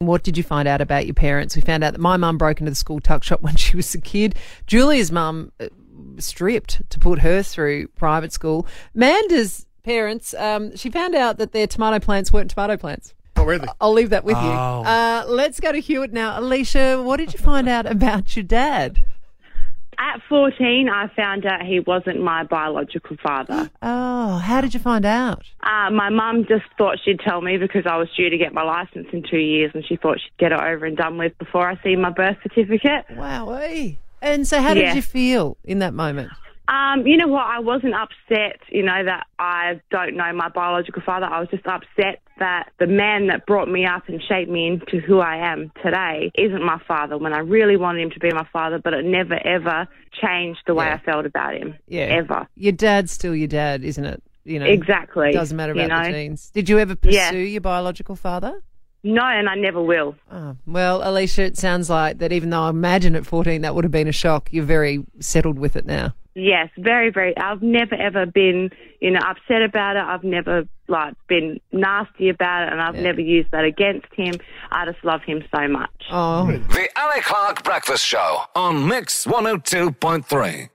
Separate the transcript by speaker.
Speaker 1: What did you find out about your parents? We found out that my mum broke into the school tuck shop when she was a kid. Julia's mum uh, stripped to put her through private school. Manda's parents, um, she found out that their tomato plants weren't tomato plants.
Speaker 2: Oh, really?
Speaker 1: I'll leave that with you.
Speaker 3: Oh.
Speaker 1: Uh, let's go to Hewitt now. Alicia, what did you find out about your dad?
Speaker 4: At 14, I found out he wasn't my biological father.
Speaker 1: Oh, how did you find out?
Speaker 4: Uh, my mum just thought she'd tell me because I was due to get my license in two years and she thought she'd get it over and done with before I see my birth certificate.
Speaker 1: Wowee. And so, how
Speaker 4: Yeah.
Speaker 1: did you feel in that moment?
Speaker 4: Um, you know what? I wasn't upset, you know, that I don't know my biological father. I was just upset that the man that brought me up and shaped me into who I am today isn't my father when I really wanted him to be my father, but it never ever changed the way
Speaker 1: Yeah.
Speaker 4: I felt about him.
Speaker 1: Yeah.
Speaker 4: Ever.
Speaker 1: Your dad's still your dad, isn't it? You know,
Speaker 4: Exactly.
Speaker 1: Doesn't matter about
Speaker 4: you know?
Speaker 1: the genes. Did you ever pursue
Speaker 4: Yeah.
Speaker 1: your biological father?
Speaker 4: No, and I never will.
Speaker 1: Oh, well, Alicia, it sounds like that even though I imagine at 14 that would have been a shock, you're very settled with it now.
Speaker 4: Yes, very, very. I've never ever been, you know, upset about it. I've never like been nasty about it, and I've never used that against him. I just love him so much.
Speaker 1: Oh,
Speaker 5: The Ali Clark Breakfast Show on Mix 102.3.